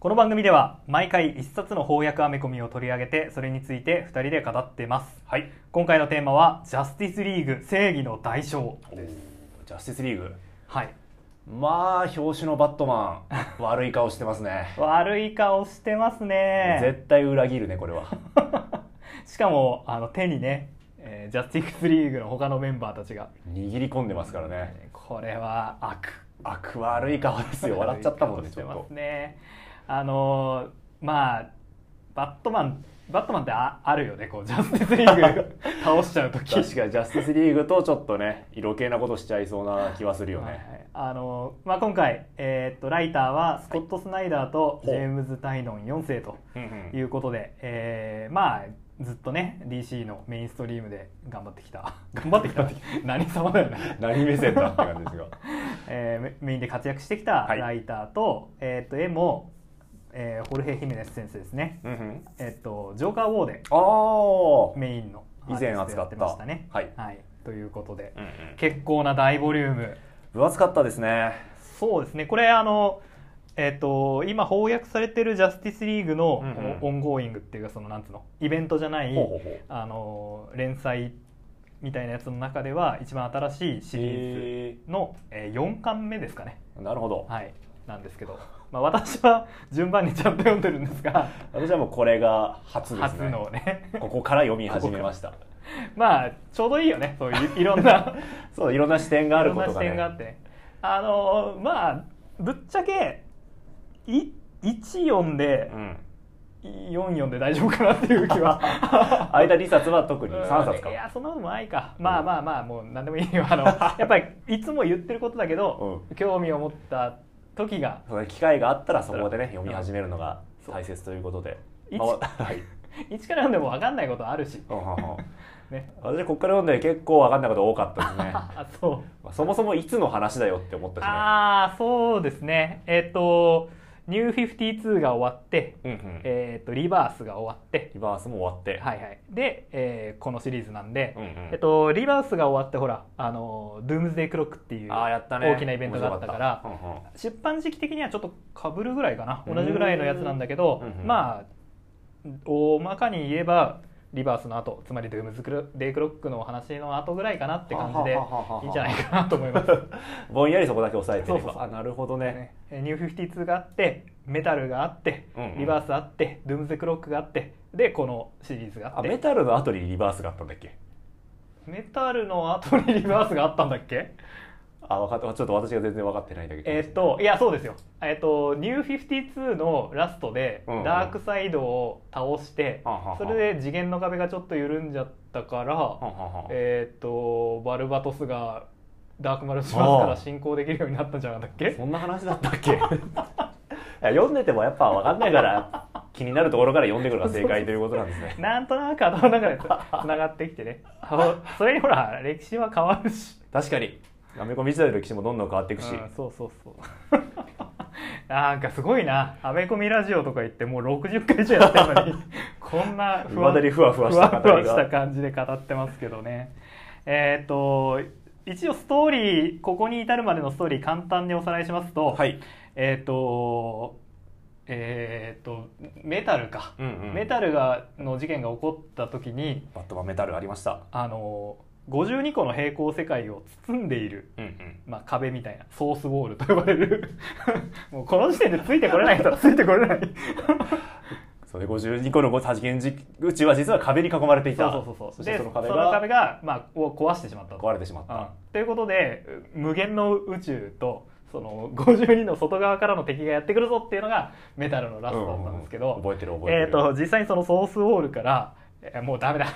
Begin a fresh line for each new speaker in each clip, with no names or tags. この番組では毎回一冊の翻訳アメコミを取り上げてそれについて2人で語ってます
はい
今回のテーマは「ジャスティスリーグ正義の代償
おージャスティスリーグ」
はい
まあ表紙のバットマン悪い顔してますね
悪い顔してますね
絶対裏切るねこれは
しかもあの手にね、えージャスティスリーグの他のメンバーたちが
握り込んでますからね
これは悪
悪悪い顔ですよ笑っちゃったもんね
し
ち
て
ょっ
ま
と
すねあのーまあバットマンバットマンってああるよねこうジャスティスリー グ倒しちゃう時
確かにジャスティスリーグとちょっとね色気なことしちゃいそうな気はするよ
はいは
ね
いあのーまあ、今回、えーっとライターはスコット・スナイダーとジ
ほう
ェームズ・タイノン4世と
うんう
い
ん
うことで、えーまあずっとね DC のメインストリームで頑張ってきた 頑張ってきた 何様だよね、
何目線だって感じですが
えーメメインで活躍してきた
はい
ライターと,、えーっと絵も、えーホルヘ・ヒメネス先生ですね
うんうん
えっと、ジョーカー・ウォーで
ああ
メインの
以前
アーティスト
扱
やっ
っ
て
た
ましたね。
はい
はい、ということで、
うんうん
結構な大ボリューム
分厚かったですね
そうですねこれあの、えっと今翻訳されてる「ジャスティスリーグの」
うんうん
オンゴーイングっていうかそのなんつうのイベントじゃない
ほうほうほう
あの連載みたいなやつの中では一番新しいシリー
へ
ズの、えー、4巻目ですかね、
ーなるほど
はい、なんですけど、まあ、私は順番にちゃんと読んでるんですが
私はもうこれが初です
初
ね
のね
ここから読み始めました
まあちょうどいいよねそういういろんな
そういろん な視点があ
い
る
ろん
こ
な
と
視
がね
点があってねあのーまあぶっちゃけい14で
うん、
44で大丈夫かなっていう気は
間2冊は特に3冊か
うんいやそんなこともないかまあまあまあもう何でもいい よあのやっぱりいつも言ってることだけど、興味を持った時が
その機会があったらそこでね読み始めるのが大切ということで
一
あはい
一から読んでも分かんないことあるし
うんうんうん
ね
私こっから読んで結構分かんないこと多かった ですね
あそう
まあそもそもいつの話だよって思ったしね
ああそうですねえっ、とニュー52が終わって、
うんうん
えっとリバースが終わって
リバースも終わって、
はいはい、で、えーこのシリーズなんで、
うんうん
えっと、リバースが終わってほらあのドゥームズデイクロックっていう
ああやったね
大きなイベントがあったから
面白かっ
出版時期的にはちょっとかぶるぐらいかな同じぐらいのやつなんだけど
うーんうんうん
まあ大まかに言えばリバースの後つまりドゥームズクロデイクロックのお話の後ぐらいかなって感じで
ははははははい
いんじゃないかなと思い ます。
うんうんぼんやりそこだけ押さえてれば
そうそうそう
あなるほどね
ねえーニュー52があってメタルがあって、
うんうん
リバースあってドゥームズクロックがあってでこのシリーズがあ
あ
って
メタルの後にリバースがあったんだっけ
メタルの後にリバースがあったんだっけ
あ分かったちょっと私が全然分かってないんだけど
えーっといやそうですよえーっとニュー52のラストで
うんうん
ダークサイドを倒して、
はんはんはん
それで次元の壁がちょっと緩んじゃったから、
はんはんはん
えーっとバルバトスがダークマルチマスから進行できるようになったんじゃなかったっけ
そんな話だったっけ いや読んでてもやっぱ分かんないから気になるところから読んでくるのが正解ということなんですね
なんとなく頭の中でつながってきてねあそれにほら歴史は変わるし
確かにアメコミ時代の歴史もどんどん変わっていくし、
うんそうそうそう なんかすごいなアメコミラジオとか言ってもう60回以上やってるの にこんな
未だにふわふわした語りが
ふわふわした感じで語ってますけどねえっ、と一応ストーリーここに至るまでのストーリー簡単におさらいしますと、
はい、
えっ、とえっ、とメタルか、
うんうん
メタルがの事件が起こった時に
バットマンメタルありました
あの52個の平行世界を包んでいる
うんうん
まあ、壁みたいなソースウォールと呼ばれる もうこの時点でついてこれない人はついてこ れない
それ52個のご多次元時宇宙は実は壁に囲まれてい
そう
た
そうそうそう
して
で
そ
そ
の
の
壁
壁
が
がまあ、を壊してしまったと
壊れてしまっ
うん
た、
ということで無限の宇宙とその52の外側からの敵がやってくるぞっていうのがメタルのラストだったんですけど、
うんうんうん覚えてる覚えてる
えー、と実際にそのソースウォールからえーもうダメだ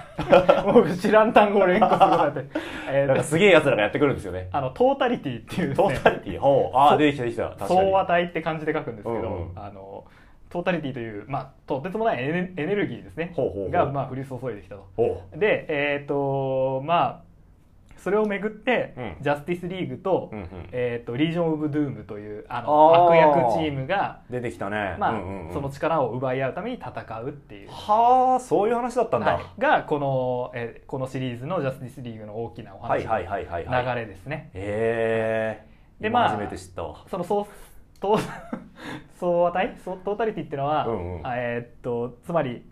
もう知らん単語を連呼することに なって、え
な
ー
んか
と
すげえやつらがやってくるんですよね
あのトータリティっていうですね、
トータリティほうああ出てきた出てきた確かに
総和体って漢字で書くんですけど、
うんうん
あのトータリティという、まあ、とてつもないエネエネルギーですね
ほうほうほう
が、まあ、降り注いできたと。
ほ
でえっ、とまあそれをめぐって、
うん
ジャスティスリーグと,、
う、うんうん、
えー、とリージョン・オブ・ドゥームというあ
あ
の
ー
悪役チームが、
出てきたね
まあ
うんうんうん
その力を奪い合うために戦うっていう。
はあそういう話だったんだ、
はいがこの、えーこのシリーズのジャスティスリーグの大きなお
は
話
いは
の
いはいはいはい
流れですね。
ええ
で
今
まあ
初めて知ったわ
そのソーストー総値総トータリティっていうのは、
うんうん
あえーっとつまり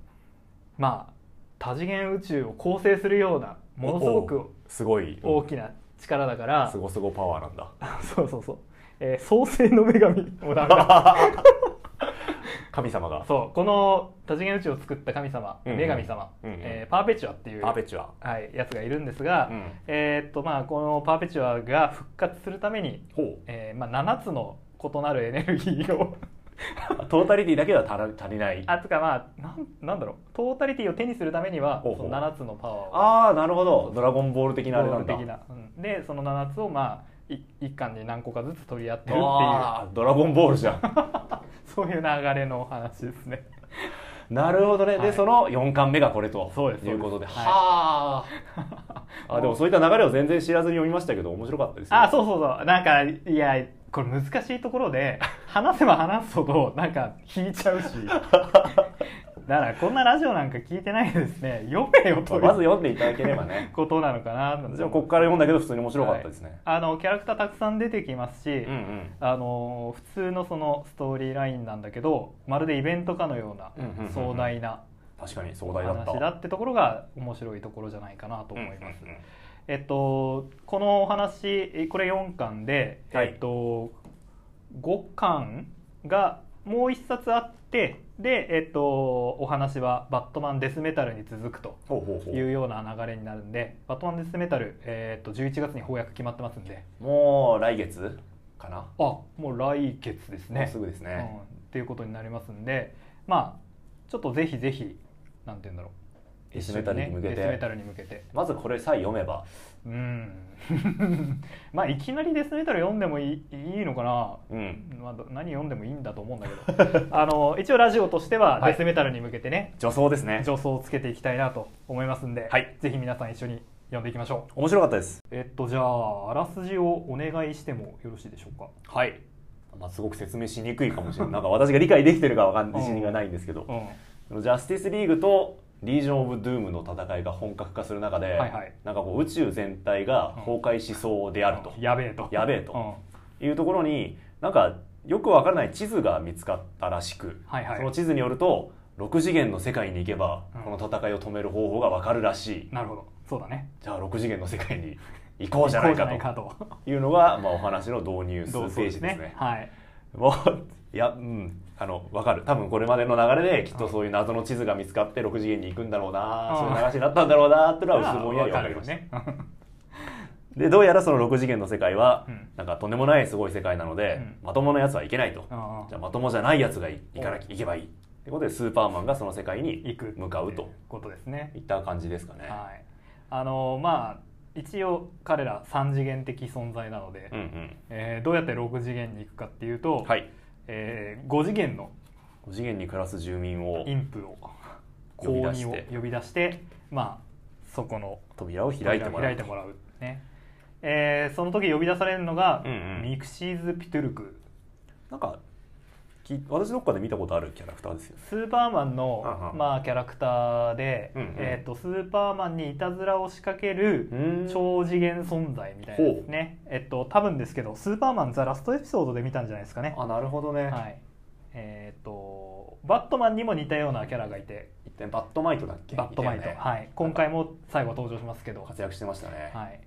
まあ多次元宇宙を構成するようなものすご
お
く
おすごい
大きな力だから、
すごすごパワー なんだ
そうそうそう、えー創世の女神もうダメ だ
神様が
そうこの多次元宇宙を作った神様、
うんうん
女神様、
うんうん
えーパーペチュアっていう
パーペチュア
はい、やつがいるんですが、
うん
えーっとまあ、このパーペチュアが復活するために、
ほ
えーまあ、7つの異なるエネルギーを
うトータリティだけでは足ら足りない
あつかまあなんなんだろうトータリティを手にするためには
ほうほう
その7つのパワーを
ああなるほどドラゴンボール的なあれ
合
な
理
んだ
的な、うんでその7つをまあい一巻に何個かずつ取り合ってるっていう
あードラゴンボールじゃん
そういう流れのお話ですね
なるほどね、
はい
でその4巻目がこれと
そうです
いうことで
そうです
は あ、あでもそういった流れを全然知らずに読みましたけど面白かったですよ
あそうそうそうなんかいやこれ難しいところで話せば話すほどなんか引いちゃうしだからこんなラジオなんか聞いてないでですね読めよとい
まあ
う
まず読んでいただければね
ことなのかな
でもここから読んだけど普通に面白かったですね、
あのキャラクターたくさん出てきますし、
うんうん
あの普通のそのストーリーラインなんだけどまるでイベントかのような
うんうんうんうん
壮大な
確かに壮大だった
話だってところが面白いところじゃないかなと思います。
うんうんうん
えっとこのお話えこれ4巻で、
はい
えっと5巻がもう1冊あってでえっとお話は「バットマンデスメタル」に続くと。
ほうほうほ
いう
う
ような流れになるんで、バットマンデスメタル、えっと11月に翻訳決まってますんで、
もう来月かな、
あもう来月ですね。
もうすぐですね、
うん、っていうことになりますんでまあちょっとぜひぜひなんて言うんだろう
デスメタルに向け
一
て
緒ねデスメタルに向けて
まずこれさえ読めば
うん まあいきなりデスメタル読んでもいいいいのかな、
うん
まあ、ど何読んでもいいんだと思うんだけど あの一応ラジオとしては
はい
デスメタルに向けてね、
助走ですね
助走をつけていきたいなと思いますんで、
はい
ぜひ皆さん一緒に読んでいきましょう
面白かったです
えっとじゃああらすじをお願いしてもよろしいでしょうか
はい、まあ、すごく説明しにくいかもしれないなんか私が理解できてるかわかん
うん
自信がないんですけど、
うん
ジャスティスリーグとリージョン・オブ・ドゥームの戦いが本格化する中で、
はいはい
なんかこう宇宙全体が崩壊しそうであると、
やべえと
やべえと
うん
いうところになんかよくわからない地図が見つかったらしく、
はいはい
その地図によると6次元の世界に行けば
うん
この戦いを止める方法がわかるらしい、
なるほどそうだね
じゃあ6次元の世界に行こうじゃないか
こうじゃない
と
かと
いうのが、まあ、お話の導入数ペ
同
ージ
窓
ですね。
はい。
もういやうんあの分かる多分これまでの流れできっとそういう謎の地図が見つかって6次元に行くんだろうな
うん
そういう話になったんだろうなっていうのは薄ぼんやり分かりました、
ね。
でどうやらその6次元の世界は、
うん
なんかとんでもないすごい世界なので、
うん
まともなやつはいけないと、
あ
じゃ
あ
あまともじゃないやつがい行かなき
う
ゃ行けばいいってことでスーパーマンがその世界に
行く
向かうと
っていことですね
い。った感じですかね、
はい。あのまあ一応彼ら三次元的存在なので、
うん
えーどうやって六次元に行くかっていう
う
と、
んはい
えー五次元の
5次元に暮らす住民を
インプを
呼び
高
出
二
し
を
て
呼び出して、まあそこの
扉を開いてもらう
もらうね。えーその時呼び出されるのが、
うんうん
ミクシーズ・ピトゥルク
なんかき私どっかで見たことあるキャラクターですよね
スーパーマンの、
うんうん
まあ、キャラクターで、
うんうん
えー、とスーパーマンにいたずらを仕掛ける
うん
超次元存在みたいなですね、えっと、多分ですけど「スーパーマンザラストエピソードで見たんじゃないですかね。
あなるほどね、
はいえっとバットマンにも似たようなキャラがいて
一点バットマイトだっけ
バットマイ
い
ト、
たよね
はい、今回も最後登場しますけど、は
活躍してましたね、
い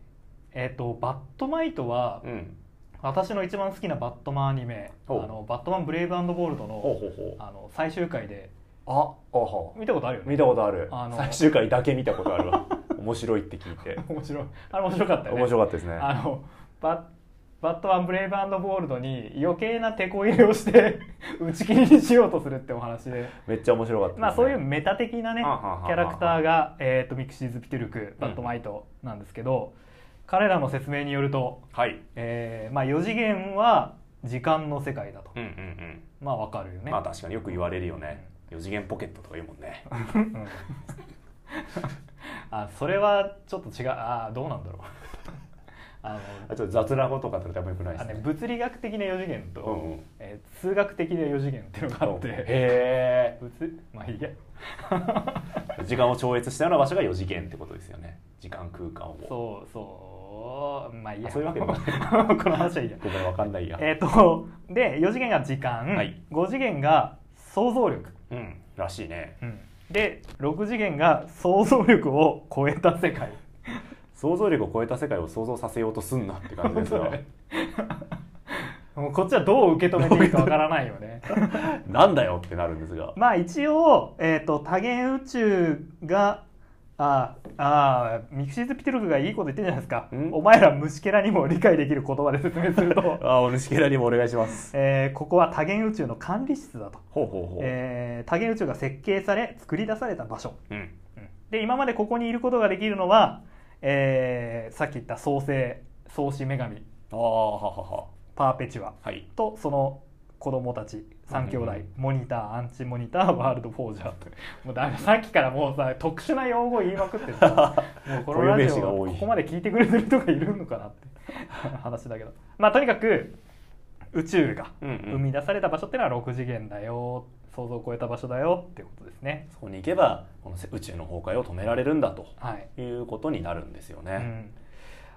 えっとバットマイトは
うん
私の一番好きなバットマンアニメ「あ
ほう
のバットマンブレイブボールド
ほ
の
うほうほ」う
あの最終回で
あほうほう
見たことあるよね
見たことある
あの
最終回だけ見たことあ るわ面白いって聞いて
面白いあれ面白かったよね
面白かったですね
あのババットマンブレイブボールドに余計な手こ入れをして 打ち切りにしようとするってお話で、
めっちゃ面白かったですね
まあ、そういうメタ的なね
はあはあはあはあ
キャラクターが、えー、とミクシーズ・ピトゥルクバットマイトなんですけど、彼らの説明によると、
はい
えーまあ、4次元は時間の世界だと、
うんうんうん
まあわかるよね、
まあ確かによく言われるよね四次元ポケットとか言うも んね
うんあそれはちょっと違うあーどうなんだろうあの
あちょっと雑なことかって多分よくないで
あ
す
の
ね
ね物理学的な4次元と、
うんうん
えー数学的な4次元っていうのがあっ
へ
て
え
物まあいいや
時間を超越したような場所が四次元ってことですよね時間空間を
そうそそうまあいいや
あそういうわけでも
この話はいいや
ごめんわかんないや、
えっ、とで4次元が時間、
はい
5次元が想像力、
うんらしいね
うんで6次元が想像力を超えた世界
想像力を超えた世界を想像させようとすんなって感じです
本当
が
だ ねもうこっちはどう受け止めていいかわからないよ ね
なんだよってなるんですが
まあ一応、えー、と多元宇宙がああミクシーズ・ピテルクがいいこと言ってんじゃないですか
ん
お前ら虫けらにも理解できる言葉で説明する と、
あお主けらにもお願いします
えーここは多元宇宙の管理室だと、
ほうほうほう、
えー多元宇宙が設計され作り出された場所
うん
で今までここにいることができるのは、えーさっき言った創世創始女神
ああははは
パーペチュア
はい
とその子供たち3兄弟、
うんうんうん
モニターアンチモニターワールドフォージャーともうだめさっきからもうさ特殊な用語言いまくっ てさもうこのラジ
固有名詞が
オ
多い
ここまで聞いてくれてる人がいるのかなって 話だけどまあとにかく宇宙が
うんうん
生み出された場所ってのは6次元だよ想像を超えた場所だよってことですね
そこに行けばこの宇宙の崩壊を止められるんだと
はい
いうことになるんですよ
う
ね。
ん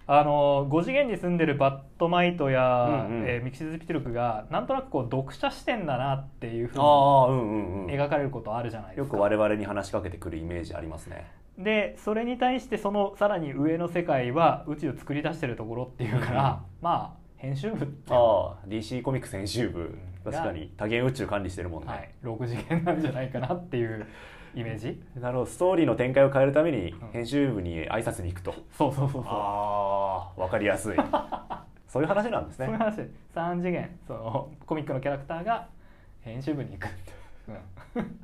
あの5次元に住んでるバットマイトや、
うんうん
えーミキシズ・ピテルクがなんとなくこう読者視点だなっていうふうに
ああうんうんうん。
描かれることあるじゃないで
よ
すか。
く我々に話しかけてくるイメージありますね。
でそれに対してそのさらに上の世界は宇宙を作り出してるところっていうから、まあ編集部って
ああ DC コミック編集部
うん
確かに多元宇宙管理してるもんね。
はい、6次元なんじゃないかなっていうイメージ
なるほどストーリーの展開を変えるために
ん
編集部に挨拶に行くと。
そうそうそうそう。
ああわかり やすい。そういう話なんです
そういう
ね。
話3次元そのコミックのキャラクターが編集部に行く、うん、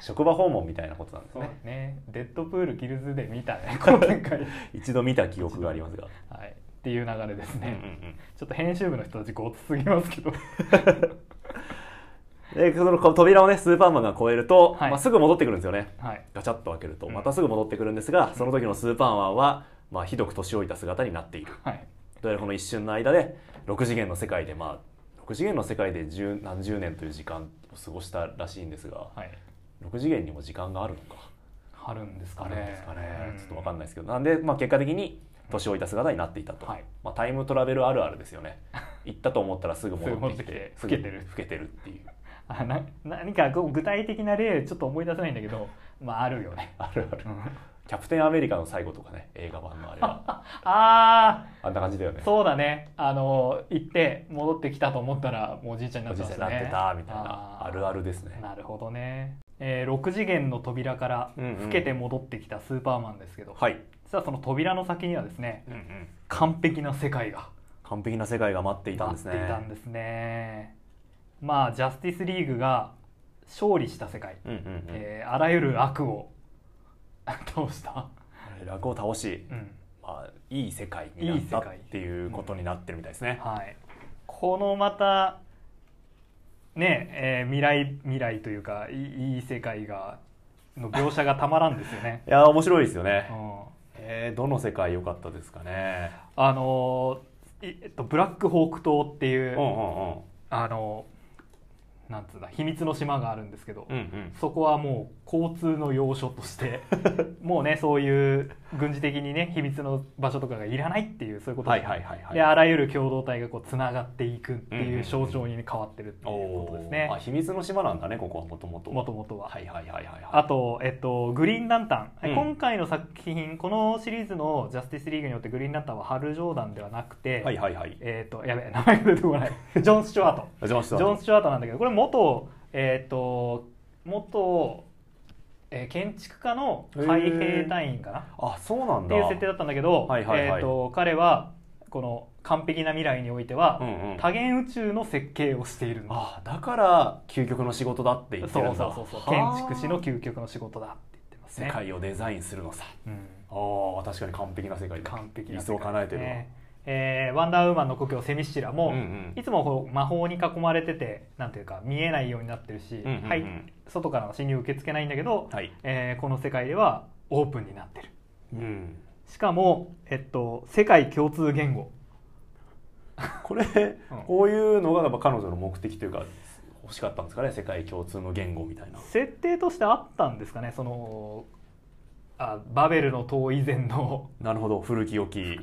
職場訪問みたいなことなんです
そう
ね。
ねデッドプールギルズで見たねこの展開、 はい、
一度見た記憶がありますが。
っていう流れです
うんうん
ね、
うん。
ちょっと編集部の人たちごつすぎます けど
でその扉をねスーパーマンが越えると、
はい
まあ、すぐ戻ってくるんですよね
はい
ガチャッと開けると
うん
またすぐ戻ってくるんですが、その時のスーパーマンは、まあ、ひどく年老いた姿になっている
はい
どうやらこの一瞬の間で6次元の世界でまあ6次元の世界で十何十年という時間を過ごしたらしいんですが
はい
6次元にも時間があるのか
あるんですか
あ
ね
るんですかね、
うん
ちょっと分かんないですけどなんで、まあ、結果的に年老いた姿になっていたと、
はい
まあ、タイムトラベルあるあるですよね行ったと思ったらすぐ戻ってきて
すぐ戻ってきて老けてる
すぐ老けてるっていう
あな何かこう具体的な例ちょっと思い出せないんだけどまああるよね、
あるある
あ
キャプテンアメリカの最後とかね映画版のあれ は
あ
あんな感じだよね
ーそうだねあの行って戻ってきたと思ったらもうおじいちゃんにな
お
って
じい
ま
ちゃん
す
に
ね
なってたみたいなあるあ
る
るですね
なるほどね、えー、6次元の扉から
うんうん
老けて戻ってきたスーパーマンですけど、
はい、
実はその扉の先にはですね完璧な世界が
完璧な世界が待っていたんですね
待っていたんですねまあジャスティスリーグが勝利した世界、
うんうんうん
えーあらゆる悪を 倒した、
楽を倒し、
うん
まあ、いい世界になったっていうことになってるみたいですね、、
はい、このまたねえー未来未来というかいいい世界がの描写がたまらんですよね
いやー面白いですよね、
うん、
えーどの世界良かったですかね
あのーいえっと、ブラックホーク島っていうう、
んうんうん
あのーなんつうんだ秘密の島があるんですけど、
うんうん
そこはもう交通の要所としてもうねそういう軍事的にね秘密の場所とかがいらないっていうそういうこと
は
で
いはいはいはい
であらゆる共同体がこうつながっていくって
うんうんう
い
ん
う象徴に変わってるっていうことです
おーあ
ね
秘密の島なんだねここはもともと
もともとは。
はいはいはいはいはい
あと、えっと、グリーンランタン、
うん
今回の作品このシリーズの「ジャスティスリーグ」によってグリーンランタンはハル・ジョーダンではなくて、
はいはいはい
えっとやべえ名前が出てこ ないジョン・スチュワート。
お邪魔し
ジ
た
ョン・スチュワートなんだけどこれ元えっ、と元、えー建築家の海兵隊員かな
あそうなん
って
だ
いう設定だったんだけど、
はいはいは
えー、
い
と彼はこの完璧な未来において
う
は、
んうん、
多元宇宙の設計をしているんだ
あだから究極の仕事だって言って
そう
る
そ
ん
う
だ
そうそう
はあ
建築士の究極の仕事だって言ってますね
世、界をデザインするのさ
うん、
あー確かに完璧な世界だ
完璧な
理想を叶えてるわ、
ねえーワンダーウーマンの故郷セミシチラも、
うんうん
いつもこう魔法に囲まれててなんていうか見えないようになってるし、
うんうんうん
はい、外からの侵入受け付けないんだけど、
はい、
えーこの世界ではオープンになってる
うん、
しかも、えっと、世界共通言語
これ、こういうのがやっぱ彼女の目的というか欲しかったんですかね世界共通の言語みたいな
設定としてあったんですかねそのあバベルの塔以前の
なるほど古き良き
言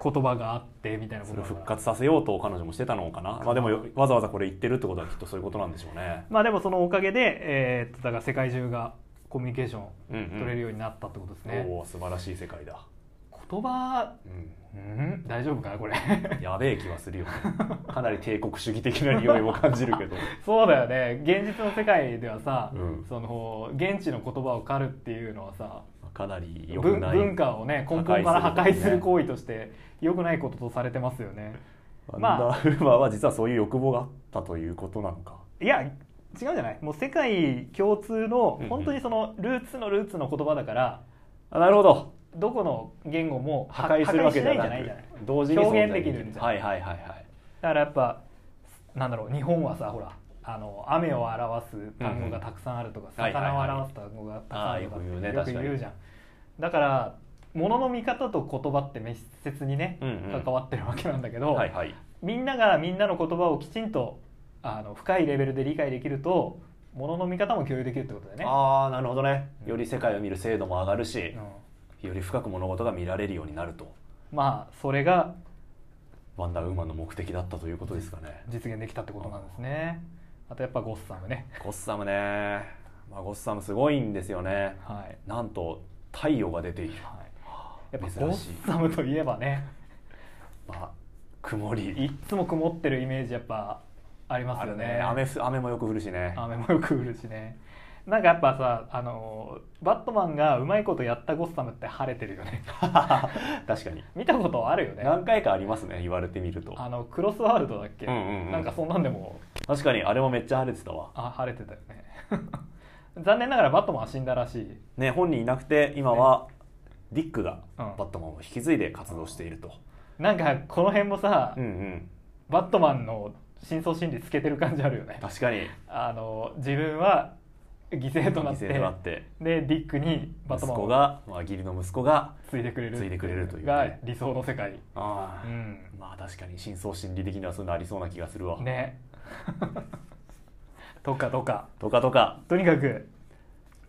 葉があってみたいなこ
そ
と
れを
だから
復活させようと彼女もしてたのかな、まあ、でもよわざわざこれ言ってるってことはきっとそういうことなんでしょうね。
まあでもそのおかげで、えーっとだから世界中がコミュニケーション
うんうん
取れるようになったってことですね、
おお素晴らしい世界だ、
言葉
う
うん大丈夫かなこれ
ん、やべえ気はするよねかなり帝国主義的な匂いも感じる けど
そうだよね現実の世界ではさ、
うん
その現地の言葉を狩るっていうのはさ
かなり良く
文
ない
文化をね根本から破壊する行為として良くないこととされてますよね
アン
まあ
ダーウーマーは実はそういう欲望があったということなのか
いや違うじゃないもう世界共通の
うんうん
本当にそのルーツのルーツの言葉だから、
あなるほど
どこの言語も
破壊するわけでは
破壊しないんじ
なく
ゃないじゃない
同時に存在
表現できるんじゃな
はいいはいはいはい
だからやっぱなんだろう日本はさほらあの雨を表す単語がたくさんあるとか、
うんうん
魚を表す単語がたくさんあるとか
はい
っ
はい
てよく
はいああよく言うね確かに
言うじゃんだから物の見方と言葉って密接にね、
うんうん
関わってるわけなんだけど、
はいはい
みんながみんなの言葉をきちんとあの深いレベルで理解できると物の見方も共有できるってことだよね。
ああなるほどねより世界を見る精度も上がるし
うん、
より深く物事が見られるようになると
まあそれが
ワンダーウーマンの目的だったということですかね
実現できたってことなんですね。あとやっぱゴッサムね。
ゴッサムね、まあ、ゴッサムすごいんですよね
はい。
なんと太陽が出ている、
はい、やっぱ
珍しい
ゴッサムといえばね、
まあ、曇
いっ
り
つも曇ってるイメージやっぱあります
あ
よ
る
ね。
ね雨ふ雨もよく降るしね
雨もよく降るしね。なんかやっぱさあのバットマンがうまいことやったゴッサムって晴れてるよ ね。
確かに
見たことあるよね。
何回かありますね言われてみると
あのクロスワールドだっけ、
うんうんうん
なんかそんなんでも
確かにあれもめっちゃ晴れてたわ
あ晴れてたよね 残念ながらバットマンは死んだらしい
ね本人いなくて今はディックが
うん
バットマンを引き継いで活動していると、
なんかこの辺もさ、
うんうん
バットマンの真相心理つけてる感じあるよね
確かに
あの自分は犠牲となって
犠牲となって
でディックにバッ
息
トマン
子
を
が、まあ、義理の息子が
ついてくれる
継いでくれるというね
が理想の世界
あ
う
あ、
ん
まあ確かに深層心理的にはそういうのありそうな気がするわ、
ね とかとか
とかとか
とにかく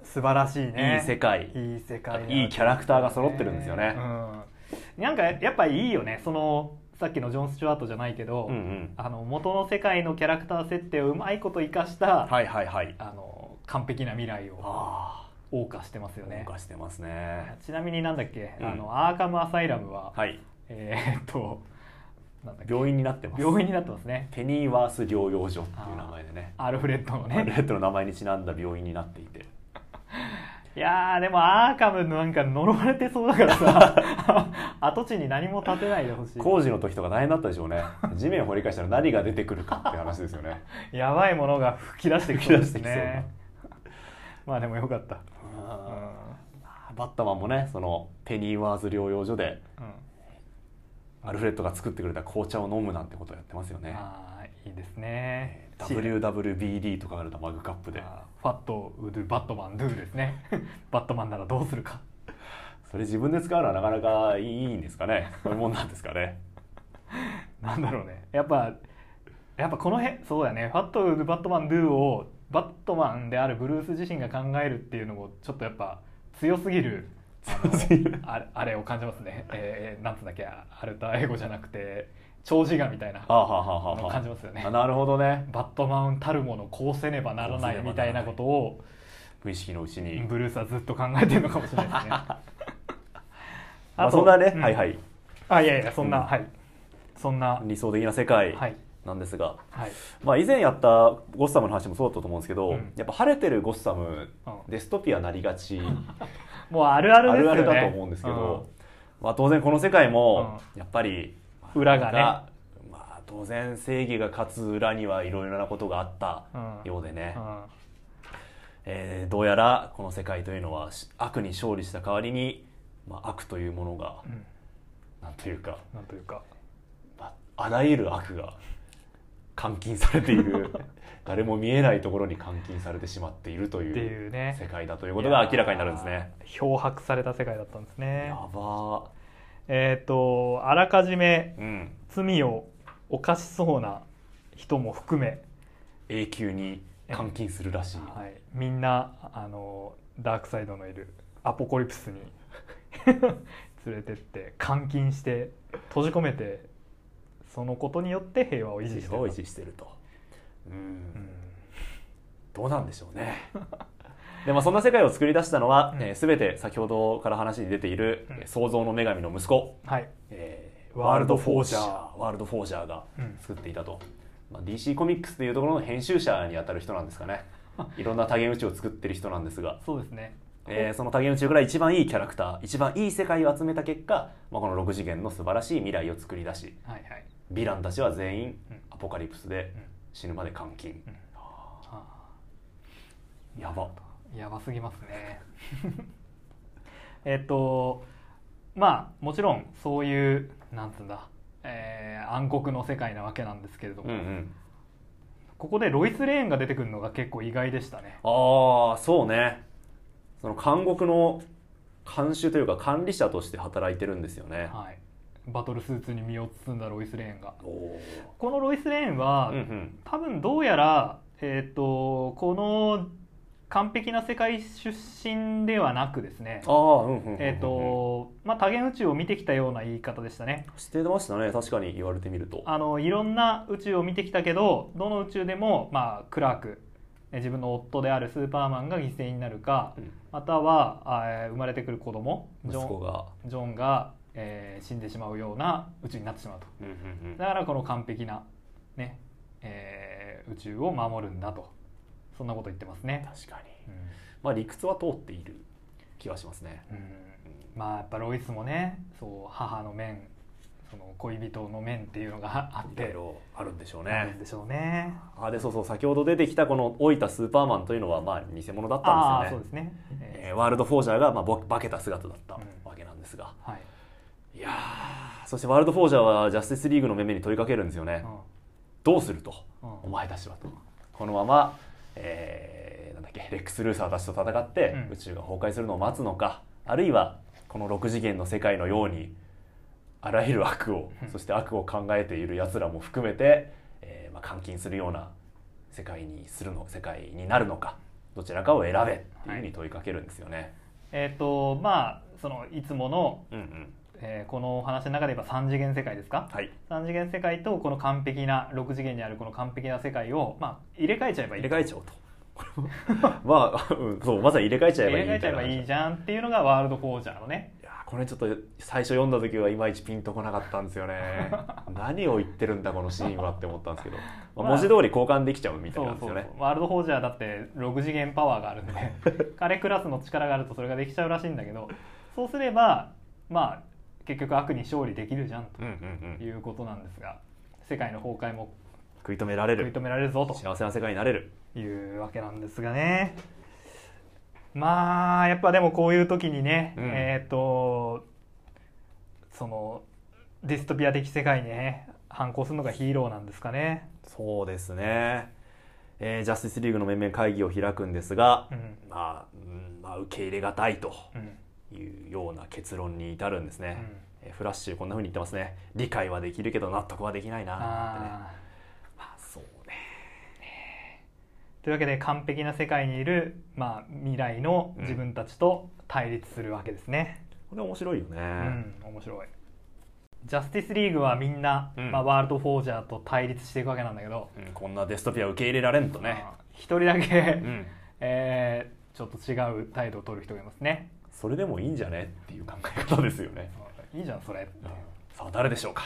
素晴らしいね
いい世界
いい世界
いいキャラクターが揃ってるんですよね
うん、なんかやっぱいいよねそのさっきのジョン・スチュワートじゃないけど、
うんうん
あの元の世界のキャラクター設定をうまいこと生かした、
はいはいはい
あの完璧な未来を
ああ
謳歌してますよね
謳歌してますね
ちなみになんだっけ、
うん
あのアーカム・アサイラムは、
はい
えーっとなんだっけ
病院になってます
病院になってますね
ペニーワース療養所っていう名前でね
アルフレッドの
レ
ね
ッドの名前にちなんだ病院になっていて
いやーでもアーカムのなんか呪われてそうだから さ跡地に何も建てないでほしい
工事の時とか大変だったでしょう ね地面掘り返したら何が出てくるかって話ですよね
やばいものが吹き出してきそうです
吹き出して
ね。まあでもよかった。うん
あーバッタマンもねそのペニーワーズ療養所で
うん
アルフレッドが作ってくれた紅茶を飲むなんてことをやってますよね
あーいいですね。
WWBD とかがあるとマグカップで
あーファットウドゥバットマンドゥです ね。バットマンならどうするか。
それ自分で使うのはなかなかいいんです かねそういうもんなんですかね
なんだろうね。やっぱやっぱこの辺そうだね。ファットウドゥバットマンドゥをバットマンであるブルース自身が考えるっていうのもちょっとやっぱ強すぎる。
強すぎる
あのああれを感じますね、えー、なんつうんだっけあアルタエゴじゃなくて長寿画みたいな
はあはあはあはあ
感じますよね
あなるほどね
バットマンたるものこうせねばならないみたいなことを
無意識のうちに、
ブルースはずっと考えてるのかもしれないですね。
まあ、そんなね、
うん
はいはい
あいやいやそんな、
うん
はいそんな
理想的な世界
はい
なんですが、
はい
まあ、以前やったゴッサムの話もそうだったと思うんですけど、
うん
やっぱ晴れてるゴッサム
うん
デストピアなり がち、
もうあるある
あ
です
る
よ
あ
ね。
るだと思うんですけど、まあ、当然この世界も
う
やっぱり、
裏がね
まあ、当然正義が勝つ裏にはいろいろなことがあった
うん
ようでね、
うんうん
えーどうやらこの世界というのはし悪に勝利した代わりに、まあ、悪というものが
うん
なんというか、
なんというか
まあ、あらゆる悪が監禁されている 誰も見えないところに監禁されてしまっていると
って
いう
いうね
世界だということが明らかになるんですね。
いやー漂白された世界だったんですね
やば
えっ、とあらかじめ
ー、うん、
罪を犯しそうな人も含め、
永久に監禁するらしい。
はい、みんなあのダークサイドのいるアポコリプスに 連れてって監禁して閉じ込めてそのことによって平和を維持してた
を維持してるとうん、
うん
どうなんでしょうね で、まあ、そんな世界を作り出したのは、
うん
えー全て先ほどから話に出ている、
うん
えー創造の女神の息子、
はい、
えー
ワ
ワ
ー
ー
ル
ル
ド
ド
フ
フ
ォ
ォ
ー
ー
ジ
ジ
ャ
ャ
ー
ーワールドフォージャーが
うん
作っていたと、まあ、DC コミックスというところの編集者にあたる人なんですか ねいろんな多元宇宙を作ってる人なんですが、
そうですね
えーその多元宇宙から一番いいキャラクター一番いい世界を集めた結果、まあ、この6次元の素晴らしい未来を作り出し
はいはい、
ヴィランたちは全員
うん
アポカリプスで
うん
死ぬまで監禁、
うんあ
やば
ーやばすぎますね えっとまあもちろんそういうなんつうんだ、えー暗黒の世界なわけなんですけれど
うん
も、
うん
ここでロイス・レーンが出てくるのが結構意外でしたね
ああそうねその監獄の監修というか管理者として働いてるんですよね、
はいバトルスーツに身を包んだロイス・レーンが
おお
このロイス・レーンは、
うんうん
多分どうやら、えー、とこの完璧な世界出身ではなくですね
ああうんうんうんうん
えーとまあ、多元宇宙を見てきたような言い方でしたね
知ってましたね確かに言われてみると
あのいろんな宇宙を見てきたけどどの宇宙でも、まあ、クラークえ自分の夫であるスーパーマンが犠牲になるか
うん
またはあえー生まれてくる子供ジ
息
ョン
子が
ジョンが、えー死んでしまうような宇宙になってしまうと
うんうんうん
だからこの完璧な、ねえー宇宙を守るんだとそんなこと言ってますね、
確か
う
にまあ理屈は通っている気はしますね
んうんまあやっぱロイスもねそう母の面その恋人の面っていうのがあっ
いろい
て
ろあるんでしょう
ある
ね
んでしょうね
あでそうそう先ほど出てきたこの老いたスーパーマンというのはまあ偽物だった
あ
ん
あ
です
そ
よ
う
ね
ですね、え
えーワールドフォージャーがまあぼ化けた姿だった
うん
わけなんですが、
ーはい、
いやーそしてワールドフォージャーはジャスティスリーグの面々に問いかけるんですよね、どうすると
うん
お前たちはとこのまま、えーなんだっけレックス・ルーサーたちと戦って、
うん
宇宙が崩壊するのを待つのかあるいはこの6次元の世界のようにあらゆる悪を、
うん
そして悪を考えているやつらも含めて、えーまあ、監禁するような世界にするの世界になるのかどちらかを選べっていうふうに問いかけるんですよね。
えっ、とまあそのいつもの、
うんうん
えーこのお話の中で言えば3次元世界ですか
はい、
3次元世界とこの完璧な6次元にあるこの完璧な世界を、まあ、入れ替えちゃえばいい
入れ替えちゃおうと。 まあ、うんそうまさに入れ替えちゃえばいいみたいな話
いいじゃんっていうのがワールドフォージャーのね
いやーこれちょっと最初読んだ時はいまいちピンとこなかったんですよね 何を言ってるんだこのシーンはって思ったんですけど、まあ、
まあ
文字通り交換できちゃうみた
そ
いな
うん
です
そう
よ
そう
ね
ワールドフォージャーだって6次元パワーがあるん で彼クラスの力があるとそれができちゃうらしいんだけどそうすればまあ結局悪に勝利できるじゃん
うんうん
と
うん
いうことなんですが世界の崩壊も
食い止められ
食い
る
止められるぞと
幸せな世界になれる
いうわけなんですがねまあやっぱでもこういう時にね、
うん
えっ、とそのディストピア的世界にね反抗するのがヒーローなんですかね、
そうですね、えージャスティスリーグの面々会議を開くんですが、
うん
まあ、うんまあ受け入れがたいと
うん
いうような結論に至るんです
う
ね、
ん、
えーフラッシュこんな風に言ってますね理解はできるけど納得はできないなーってね
あ
まあそうね
ーというわけで完璧な世界にいる、まあ、未来の自分たちと対立するわけですね、
これ面白いよね、
うん面白いジャスティスリーグはみんな、
うん
まあ、ワールドフォージャーと対立していくわけなんだけど
うんこんなデストピア受け入れられんとね、
まあ一人だけ、
うん、
えーちょっと違う態度を取る人がいますね
それでもいいんじゃねっていう考え方ですよね、
いいじゃんそれって
さあ誰でしょうか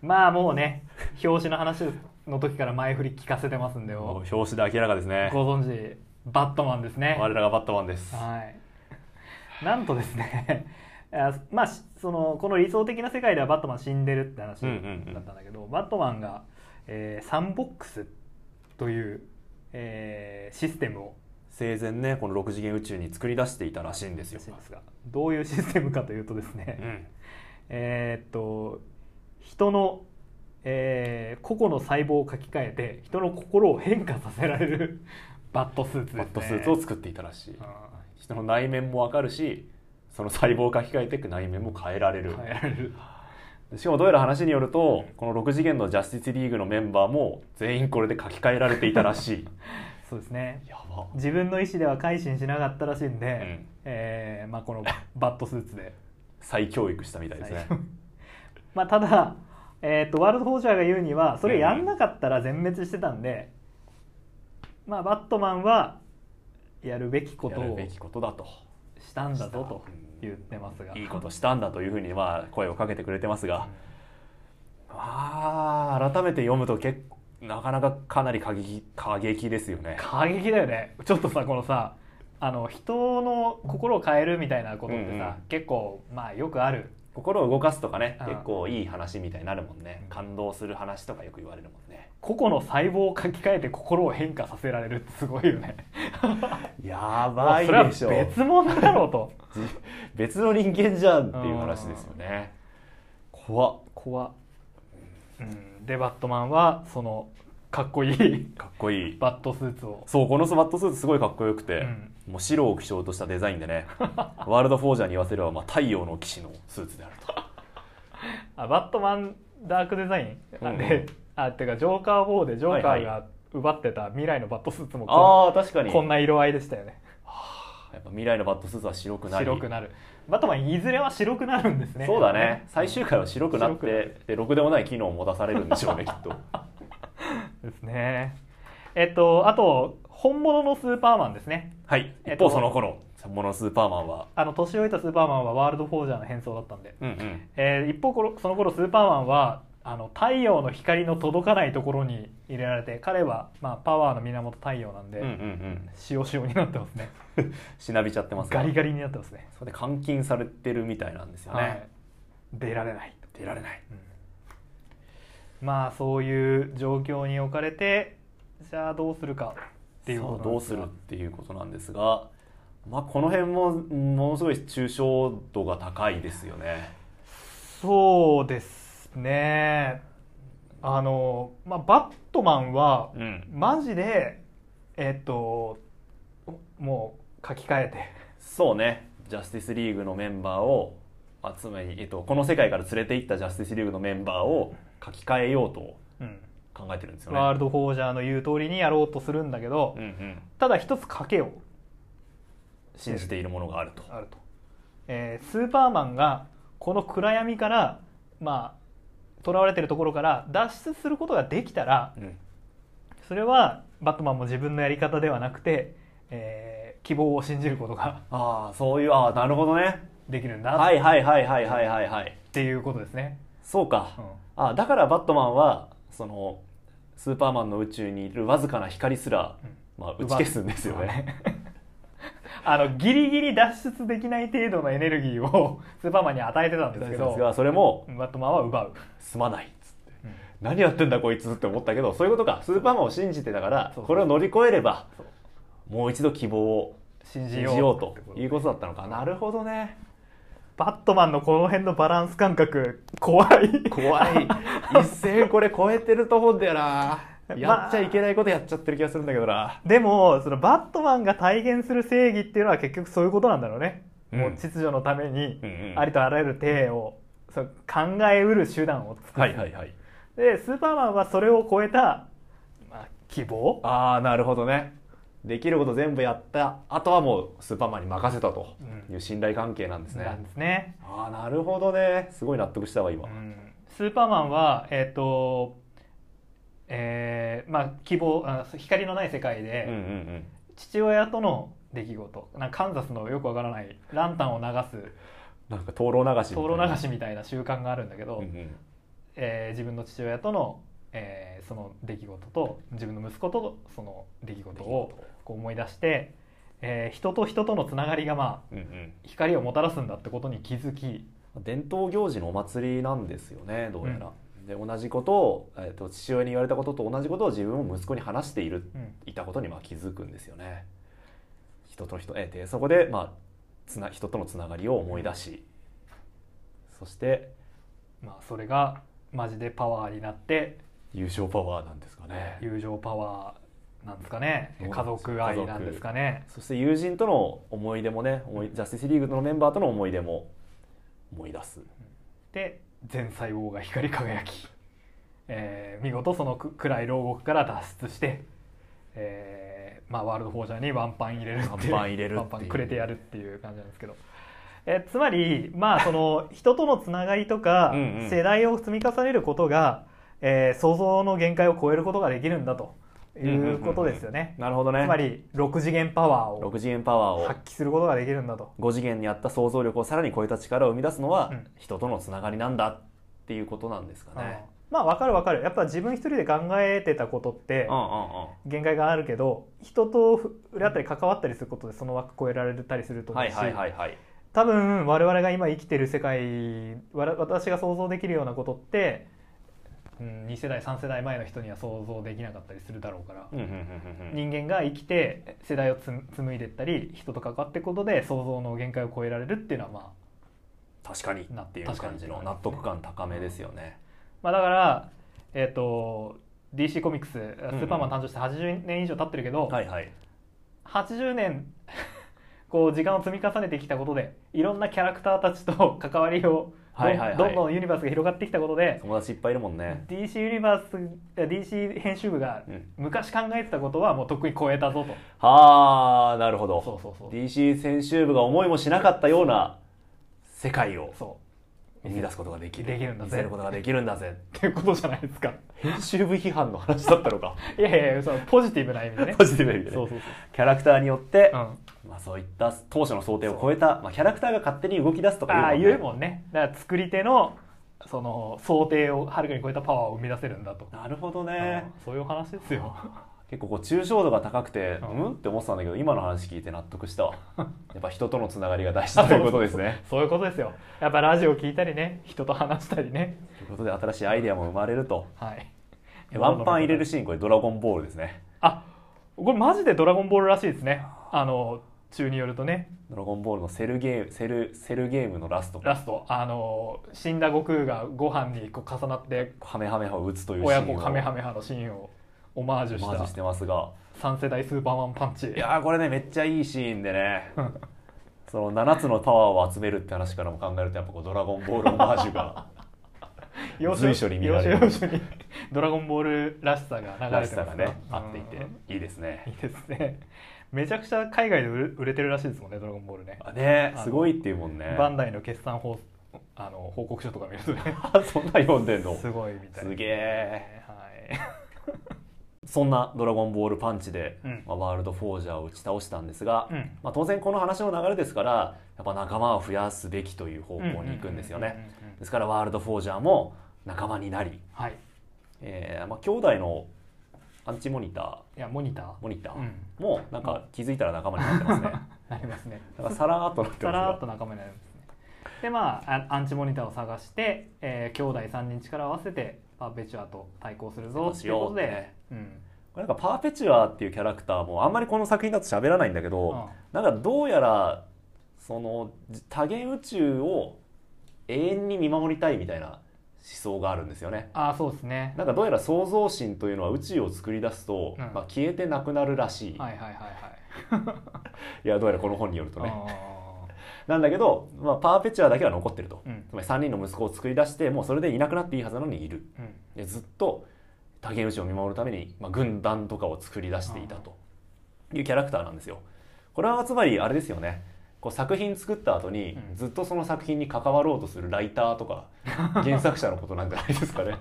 まあもうね表紙の話の時から前振り聞かせてますんで
も
ご
う表紙で明らかですね
存知バットマンですね
我らがバットマンです
はいなんとですね あまあしそのこの理想的な世界ではバットマン死んでるって話
う
だ
ん
っ
うんうん
たんだけど、バットマンが、えーサンボックスという、えーシステムを
生前ねこの6次元宇宙に作り出していたらしいんですよ
らしいんですがどういうシステムかというとですね、
うん
えーっと人の、えー個々の細胞を書き換えて人の心を変化させられる バットスーツです、ね、
バットスーツを作っていたらしい
あ
人の内面もわかるしその細胞を書き換えていく内面も変えられ
ー
る
変えられる
しかもどうやら話によるとこの6次元のジャスティスリーグのメンバーも全員これで書き換えられていたらしい
そうです ね
やば
自分の意思では改心しなかったらしいんで、
うん
えーまあ、 このバットスーツで
再教育したみたいですね
まあただ、えー、とワールド・フォージャーが言うにはそれやんなかったら全滅してたんで、まあ、バットマンはやるべきこ
や
と
る
を
べきことだと
したんだぞと言ってますが
いいことしたんだというふうにまあ声をかけてくれてますが、ああ改めて読むと結構なかなかかなり過激過激ですよね。
過激だよねちょっとさこのさあの人の心を変えるみたいなことってさ、
うんうん
結構まあよくある
心を動かすとかね、
うん
結構いい話みたいになるもんね
うん
感動する話とかよく言われるもんね
個々の細胞を書き換えて心を変化させられるってすごいよね
や
まあ
ばい
それは
でしょ
別物だろうと
別の人間じゃんっていう話ですよね怖っ
怖うんでバットマンはそのかっこいい
かっこいい
バットスーツを
そうこのバットスーツすごいかっこよくて、
うん
もう白を基調としたデザイン でねワールドフォージャーに言わせれば、まあ、太陽の騎士のスーツであると
あバットマンダークデザイン、あ
うん
であっていうかジョーカー4でジョーカ
はい
ー
は
が奪ってた未来のバットスーツもこう
ああ確かに
こんな色合いでしたよね
やっぱ未来のバットスーツは白くなり
白くなるバットマンいずれは白くなるんですね
そうだね最終回は白くなっ
白くな
てでろくでもない機能を持たされるんでしょうねき っと
ですねえっとあと本物のスーパーマンですね
はい
えっ
一
と
方その頃モノスーパーマンは
あの年老いたスーパーマンはワールドフォージャーの変装だったんで、
うんうん
えー一方このその頃スーパーマンはあの太陽の光の届かないところに入れられて彼は、まあ、パワーの源太陽なんで、
うんうんうん
塩塩になって ますね
しなびちゃってます
ガリ
ガ
ガリになってますね
それで監禁されてるみたいなんですよね、
はい出られない
出られない
うんまあそういう状況に置かれてじゃあどうするかっていうこ
さあ
とな
ど
んで
う
すす
る
が
っていうことなんですが、まあ、この辺もものすごい抽象度が高いですよね。
そうですねあの、まあ、バットマンは
うん、
マジでえっともう書き換えて
そうねジャスティスリーグのメンバーを集めに、えっと、この世界から連れて行ったジャスティスリーグのメンバーを書き換えようと考えてるんですよね。
ワールドフォージャーの言う通りにやろうとするんだけど、
うんうん、
ただ一つ賭けを
信じているものがあると。
あると、えースーパーマンがこの暗闇からまあ囚われてるところから脱出することができたら
うん
それはバットマンも自分のやり方ではなくて、えー希望を信じることが
ああそういうああなるほどね。
できるんだ
はいはいはいはいはいはいはい。
っていうことですね、
そうか。
うん
あだからバットマンはそのスーパーマンの宇宙にいるわずかな光すら、まあ、打ち消すんですよね。
あのギリギリ脱出できない程度のエネルギーを スーパーマンに与えてたんですけ
ですが
ど
それも
バットマンは奪う、
すまないっつって何やってんだこいつって思ったけどそういうことかスーパーマンを信じてたから
そうそう
これを乗り越えれば
そう
もう一度希望を
信
信
じ
じ
よう
ようと
ってこと
いうことだったのかなるほどね
バットマンのこの辺のバランス感覚怖い
怖い一線これ超えてると思うんだよな
まあ
やっちゃいけないことやっちゃってる気がするんだけどな
でもそのバットマンが体現する正義っていうのは結局そういうことなんだろうね、
うん
もう秩序のために
うんうん
ありとあらゆる体をそう考えうる手段を作る、
はいはいはい
でスーパーマンはそれを超えた、まあ、希望
ああなるほどねできること全部やったあとはもうスーパーマンに任せたという信頼関係なんですね、
なんですね、
ああなるほどねすごい納得したわ今、
うんスーパーマンはえっ、とえーまあ希望あ光のない世界で、
うんうんうん
父親との出来事なんかカンザスのよくわからないランタンを流す
なんか灯籠流しみたい
灯
な
籠流しみたいな習慣があるんだけど、
うんうん
えー自分の父親との、えーその出来事と自分の息子とのその出来事をこう思い出して、えー人と人とのつながりがまあ
うんうん
光をもたらすんだってことに気づき
伝統行事のお祭りなんですよねどうやら、で同じことを、えー、と父親に言われたことと同じことを自分も息子に話している
うん
いたことにまあ気づくんですよね人と人、えーでそこで、まあ、つな人とのつながりを思い出しそして
まあ、それがマジでパワーになって
優勝パワーなんですかね
友情パワーなんですかね
そう
家族愛なんですかね
そして友人との思い出もね思いジャスティスリーグのメンバーとの思い出も思い出す
で全細胞が光り輝き、えー見事そのく暗い牢獄から脱出して、えまあ、ワールドフォージャーにワンパン入れるっていう
ワンパン入れるっていう
ワンパンくれてやるっていう感じなんですけどえつまり、まあ、その人とのつながりとか
うんうん
世代を積み重ねることが、えー想像の限界を超えることができるんだということですよね。
なるほどね
つまり6次元パワーを
6次元パワーを
発揮することができるんだと。
5次元にあった想像力をさらに超えた力を生み出すのは
うん
人とのつながりなんだっていうことなんですかね。
まあわかるわかるやっぱ自分一人で考えてたことって
うんうんうん
限界があるけど人と触れ合ったり関わったりすることでその枠超えられたりすると思
は
う
い
し
はいはいはい。
多分我々が今生きてる世界わら私が想像できるようなことって、うん、2世代3世代前の人には想像できなかったりするだろうから、
うんうんうんうんう
人
ん
間が生きて世代をつ紡いでったり人と関わっていくことで想像の限界を超えられるっていうのはまあ
確かに
な
っていう感じの
確かに
納得感高めですよね。
まあ、だから、えっと DC コミックス「ス
ん
ーパーマン」誕生して80年以上経ってるけど、
はいはい。
80年 こう時間を積み重ねてきたことでいろんなキャラクターたちと 関わりをどん,、
はいはいはい
どんどんユニバースが広がってきたことで、
友達いっぱいいるもんね。
DC ユニバースえ DC 編集部が
うん
昔考えてたことはもうとっくに超えたぞと、
はあなるほ
そう
ど。
そうそう
DC 編集部が思いもしなかったような世界を
そう
生み出すことができる。
できるんだぜ
見せることができるんだ ぜ。
っていうことじゃないですか
編集部批判の話だったのか。
いやいやいやそのポジティブな意味でね
ポジティブな意味でね
そうそう
キャラクターによって、
そう、うん、
まあ、そういった当初の想定を超えた、まあ、キャラクターが勝手に動き出すと
あ
か
あ
いう
言
の
うもんねだから作り手のその想定をはるかに超えたパワーを生み出せるんだと、
なるほどね
うんそういうお話ですよ
結構こう抽象度が高くて
う
うんんって思ってたんだけど今の話聞いて納得したわやっぱ人とのつながりが大事だということですね
そういうことですよやっぱラジオ聞いたりね人と話したりね
ということで新しいアイデアも生まれると
はい
えワンパン入れるシーンこれドラゴンボールですね
あこれマジで「ドラゴンボール」らしいですねあの中によるとね
ドラゴンボールのセルゲームセルセルゲームのラスト
ラストあの死んだ悟空がご飯にこう重なって
カメハメハを打つというシー
親
ンを
子カメハメ派のシーンをオマージュ
オマージュ
し
したてますが
3世代スーパーマンパンチ
いやーこれねめっちゃいいシーンでね
うん
その7つのパワーを集めるって話からも考えるとやっぱこうドラゴンボールオマージュが随所に見られる
要所要所にドラゴンボールらしさが 流れて
ら
ま
し
す
さがねあってい
うん
ていいです
いい
ね。
ですねめちゃくちゃ海外で売れ売れてるらしいですもんねドラゴンボールね
あね
あの
すごいっていうもんね。
バンダイの決算報あの報告書とか見るとね
そんな読んでんの。
すごいみたい
すげ
は
え。
い
そんなドラゴンボールパンチで、
うん
まあ、ワールドフォージャーを打ち倒したんですが、
うん
まあ、当然この話の流れですからやっぱ仲間を増やすべきという方向に行くんですよね。
うんうんうんうん
ですからワールドフォージャーも仲間になり、
はい
えーまあ、兄弟のアンチモニタ
いやモニター
ーモニター
うん
もなんか気づいたら仲間になってま すね。
なりますね
なんかさらーっとなって
さ
ます
ら
が
っと仲間になりますねでまああアンチモニターを探して、えー、兄弟3人力を合わせてパーペチュアと対抗するぞっていうことで、
どうしよ
うん
なんかパーペチュアっていうキャラクターもあんまりこの作品だと喋らないんだけど、なんかどうやらそのじ多元宇宙を永遠に見守りたいみたいな思想があるんですよね。
ああそうですね
なんかどうやら創造心というのは宇宙を作り出すと、
うん
まあ、消えてなくなるらしい、
はい
い、
はいはいはい
やどうやらこの本によるとね
あ
なんだけど、まあ、パーペチュアだけは残ってると
ーうん
つまり3人の息子を作り出してもうそれでいなくなっていいはずなのにいる
うん
でずっと多元宇宙を見守るために、まあ、軍団とかを作り出していたというキャラクターなんですよ。これはつまりあれですよねこう作品作った後に
うん
ずっとその作品に関わろうとするライターと か原作者のことなんじゃないですかね。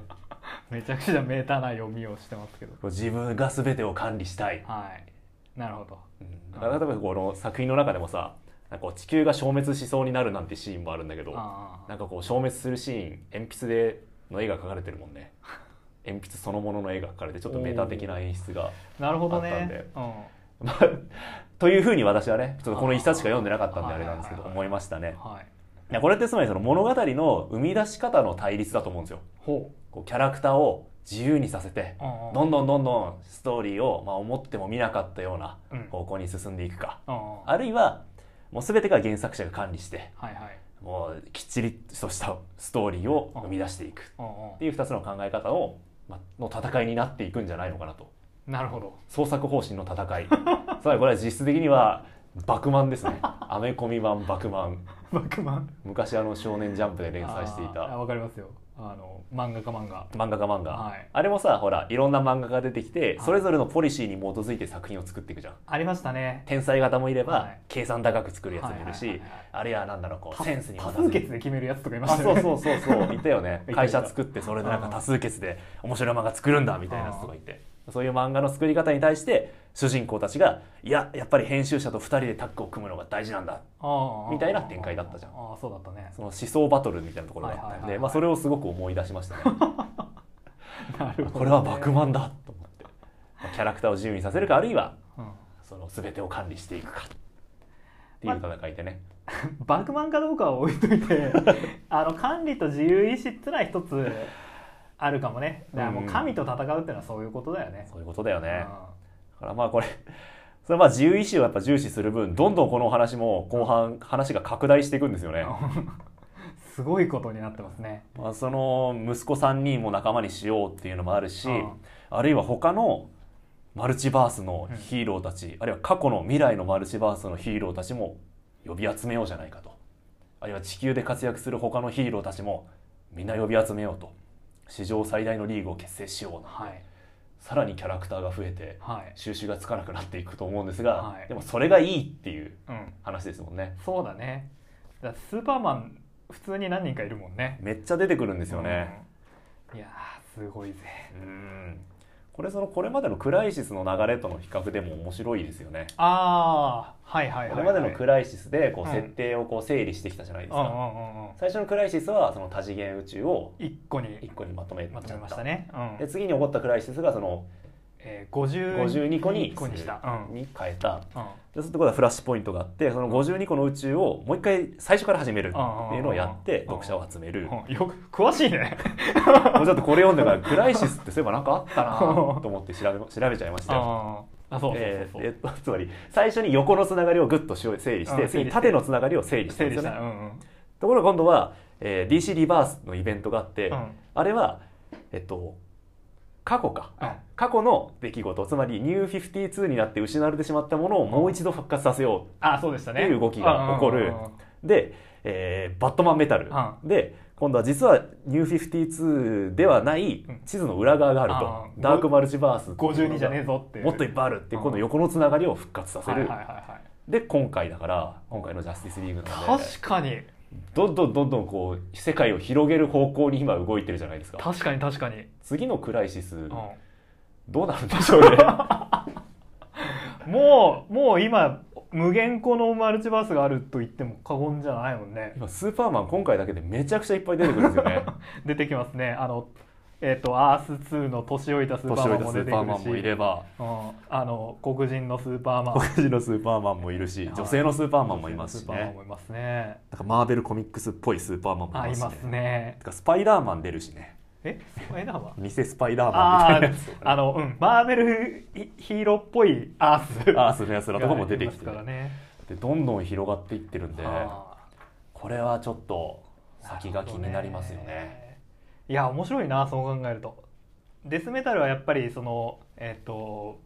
めちゃくちゃメーターな読みをしてますけど
こう自分が全てを管理したい。
はいなるほど
うんだから例えばこの作品の中でもさなんかこう地球が消滅しそうになるなんてシーンもあるんだけど
あ
なんかこう消滅するシーン鉛筆での絵が描かれてるもんね。鉛筆そのものの絵が描かれてちょっとメタ的な演出が。
あなるほど
あったん
ね
で
うん
まあ というふうに私はねちょっとこの一冊しか読んでなかったんであれなんですけど
あー
思いましたね
はい
いやこれってつまりその物語の生み出し方の対立だと思うんですよ
ほ
こうキャラクターを自由にさせて
ううん
どんどんどんどんストーリーを、まあ、思っても見なかったような
うん
方向に進んでいくか
うん
あるいはもう全てが原作者が管理して
はいはい
もうきっちりとしたストーリーを生み出していく
うん
っていう2つの考え方を、まあ、の戦いになっていくんじゃないのかなと
うんなるほど
創作方針の戦い つまりこれは実質的にはバクマンですねアメコミ版バクマン
バックマン
昔あの「少年ジャンプ」で連載してい
あーあ
た
わかりますよあの漫画家漫画
漫画家漫画、
はい
あれもさほらいろんな漫画が出てきて、それぞれのポリシーに基づいて作品を作っていくじゃん
ありましたね
天才型もいれば、
はい
計算高く作るやつもいるし、
はいはいはいはい
あれやなんだろうこう
多
センスに基
多
づ
数
いて
決で決めるやつとかいま
あ
した
そ
よ
う
ね
そうそう そういたよね
いた
会社作ってそれでなんか多数決で面白い漫画作るんだみたいなやつとか言ってそういう漫画の作り方に対して主人公たちがいややっぱり編集者と2人でタッグを組むのが大事なんだ
ああ
みたいな展開だったじゃん
ああそうだったね
その思想バトルみたいなところがあった
はいは
ん
いはいは
で
い
まあそれをすごく思い出しましたね
なるほどね
これはバクマンだと思ってまあキャラクターを自由にさせるかあるいは
うん
その全てを管理していくかっていう戦いでね
バクマンかどうかは置いといて あの管理と自由意志ってのは一つあるかもねだからもう神と戦うってのはそういうことだよね、
そういうことだよ
う
ねだからまあこれ それはまあ自由意志をやっぱ重視する分どんどんこのお話も後半話が拡大していくんですよね、
ん すごいことになってますね
まあ、その息子3人も仲間にしようっていうのもあるし、
うん
あるいは他のマルチバースのヒーローたち、あるいは過去の未来のマルチバースのヒーローたちも呼び集めようじゃないかとあるいは地球で活躍する他のヒーローたちもみんな呼び集めようと史上最大のリーグを結成しような
はい
さらにキャラクターが増えて
はい、
収集がつかなくなっていくと思うんですが、
はい
でもそれがいいっていう
うん、
話ですもんね
そうだねだからスーパーマン普通に何人かいるもんね
めっちゃ出てくるんですよね、
うん、いやーすごいぜ
うんこれそのこれまでのクライシスの流れとの比較でも面白いですよね、
ああはいはいはい、はい、
これまでのクライシスでこう
うん
設定をこう整理してきたじゃないです
うんう
か、
んうんうん
最初のクライシスはその多次元宇宙を
一個
1
に
個にまとめちゃ
ま
っ
と
た
めましたね、う
で
ん
次に起こったクライシスがその
えー、50
52個に
個にした、うん
に変えた
うん
でそういうところはフラッシュポイントがあってその52個の宇宙をもう一回最初から始めるっていうのをやって
うんうんうん
読者を集める
うん、よく詳しいね
もうちょっとこれ読んでからクライシスってそういえばなんかあったなと思って調べ調べちゃいましたよ。
あーあそうそう
え
そうそう、
ーえっと、つまり最初に横のつながりをぐっとしよう整理し
う
て
ん
次に縦のつながりを整理したん
整
で
理
す
し
よ
た、
ね
うんうん
ところが今度は、えー DC リバースのイベントがあって、
うん
あれは、えっと、過去か、
うん
過去の出来事つまりニュー52になって失われてしまったものをもう一度復活させよ
あそうでしたね
っていう動きが起こ
うんうん
る
うんうん
うで、えーバットマンメタル、
う
で今度は実はニュー52ではない地図の裏側があると、
うん
ダークマルチバース
52じゃねえぞっていう
もっといっぱいあるって
う
いう
ん
今度横のつながりを復活させ
はい
る、
はいはいはい
で今回だから今回のジャスティスリーグなので
確かに
どんどんどんどんこう世界を広げる方向に今動いてるじゃないですか
確かに確かに、
次のクライシス、
うん
どうなるんでしょうね
もうもう今無限個のマルチバースがあると言っても過言じゃないもんね
今スーパーマン今回だけでめちゃくちゃいっぱい出てくるんですよね
出てきますねあのえっ、とアース2の年老いた スーパ
年
ーマン
老いた
も
ス
出
ー
て
パーマン
く
もい
るし
れば
うん、あの黒人のスーパーマン
黒人のスーパーマンもいるし
はい
女性のスーパーマンもいますし
スーパーマン
ね
もいますね
なんかマーベルコミックスっぽいスーパーマンも
あ
い
い
ま
ます
し
す
ね
ね
てかスパイダーマン出るしね
えスパイダーマン
偽スパイダーマンみ
あ
たいなやつと
ー
か
あ
ね
の、うん、マーベルヒヒーローっぽいアース
アースのやつらとかも出てきて
がありますからね
でどんどん広がっていってるんで
あ
これはちょっと
ー
先が気になりますよ
なるほど
ね。
いや面白いなそう考えるとデスメタルはやっぱりそのえっ、と